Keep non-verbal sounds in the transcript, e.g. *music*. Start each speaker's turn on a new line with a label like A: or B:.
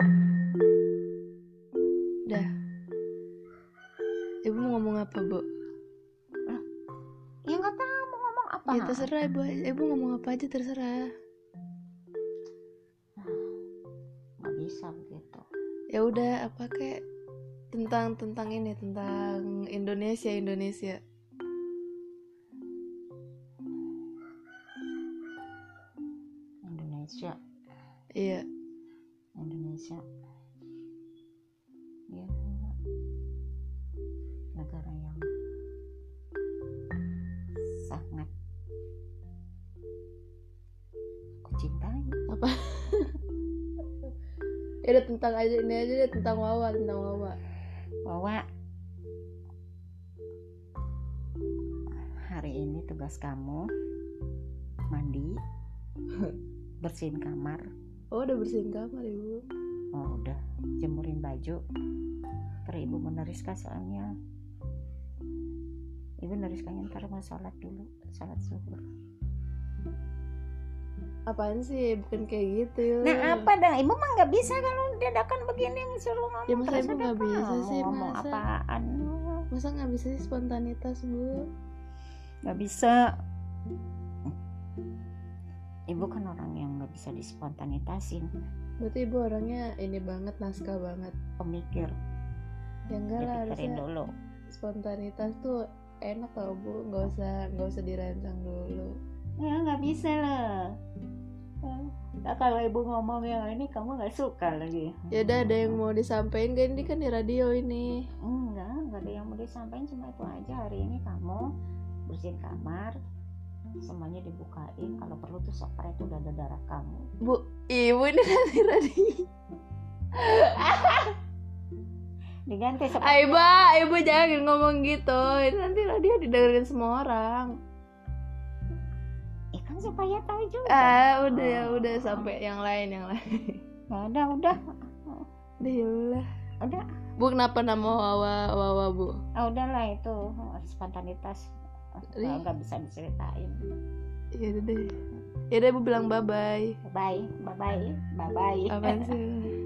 A: Hmm.
B: Ya,
A: Ya, terserah ibu ibu ngomong apa aja terserah
B: Nah, nggak bisa begitu
A: ya udah apa kayak tentang tentang ini tentang Indonesia Indonesia
B: Indonesia
A: iya
B: Indonesia ya negara yang sangat aku cintai
A: ya udah tentang aja ini aja deh tentang Wawa tentang Wawa
B: Wawa hari ini tugas kamu mandi *laughs* bersihin kamar
A: oh udah bersihin kamar ibu
B: oh udah jemurin baju ntar ibu meneriska soalnya ibu neriskanya ntar mau sholat dulu sholat zuhur
A: apaan sih bukan kayak gitu
B: nah apa dong ibu mah nggak bisa kalau dadakan begini suruh ngomong
A: Ya, masa
B: terus
A: ibu
B: ada
A: nggak bisa
B: kamu
A: sih,
B: ngomong
A: masa?
B: apaan
A: masa nggak bisa sih spontanitas bu
B: nggak bisa ibu kan orang yang nggak bisa dispontanitasin
A: berarti ibu orangnya ini banget naskah banget
B: pemikir
A: ya enggak lah
B: dipikirin
A: harusnya
B: dulu
A: spontanitas tuh enak tau bu nggak usah nggak usah dirancang dulu
B: ya nggak bisa lah Nah, kalau ibu ngomong yang ini kamu nggak suka lagi
A: ya udah ada yang mau disampaikan kan ini kan di radio ini
B: enggak nggak ada yang mau disampaikan cuma itu aja hari ini kamu bersihin kamar semuanya dibukain kalau perlu tuh sopra itu udah ada darah kamu
A: bu ibu ini nanti radio Ah.
B: diganti sopra
A: Aiba ibu jangan ngomong gitu ini nanti radio didengerin semua orang
B: Eh, kan supaya tahu juga
A: ah udah ya udah sampai yang lain yang lain
B: nah, udah udah
A: udah ya udah
B: udah
A: bu kenapa nama wawa wawa bu
B: ah, udahlah itu spontanitas Ah,
A: Ih.
B: nggak bisa diceritain
A: ya udah deh ya udah ibu bilang bye bye
B: bye bye bye bye
A: apaan sih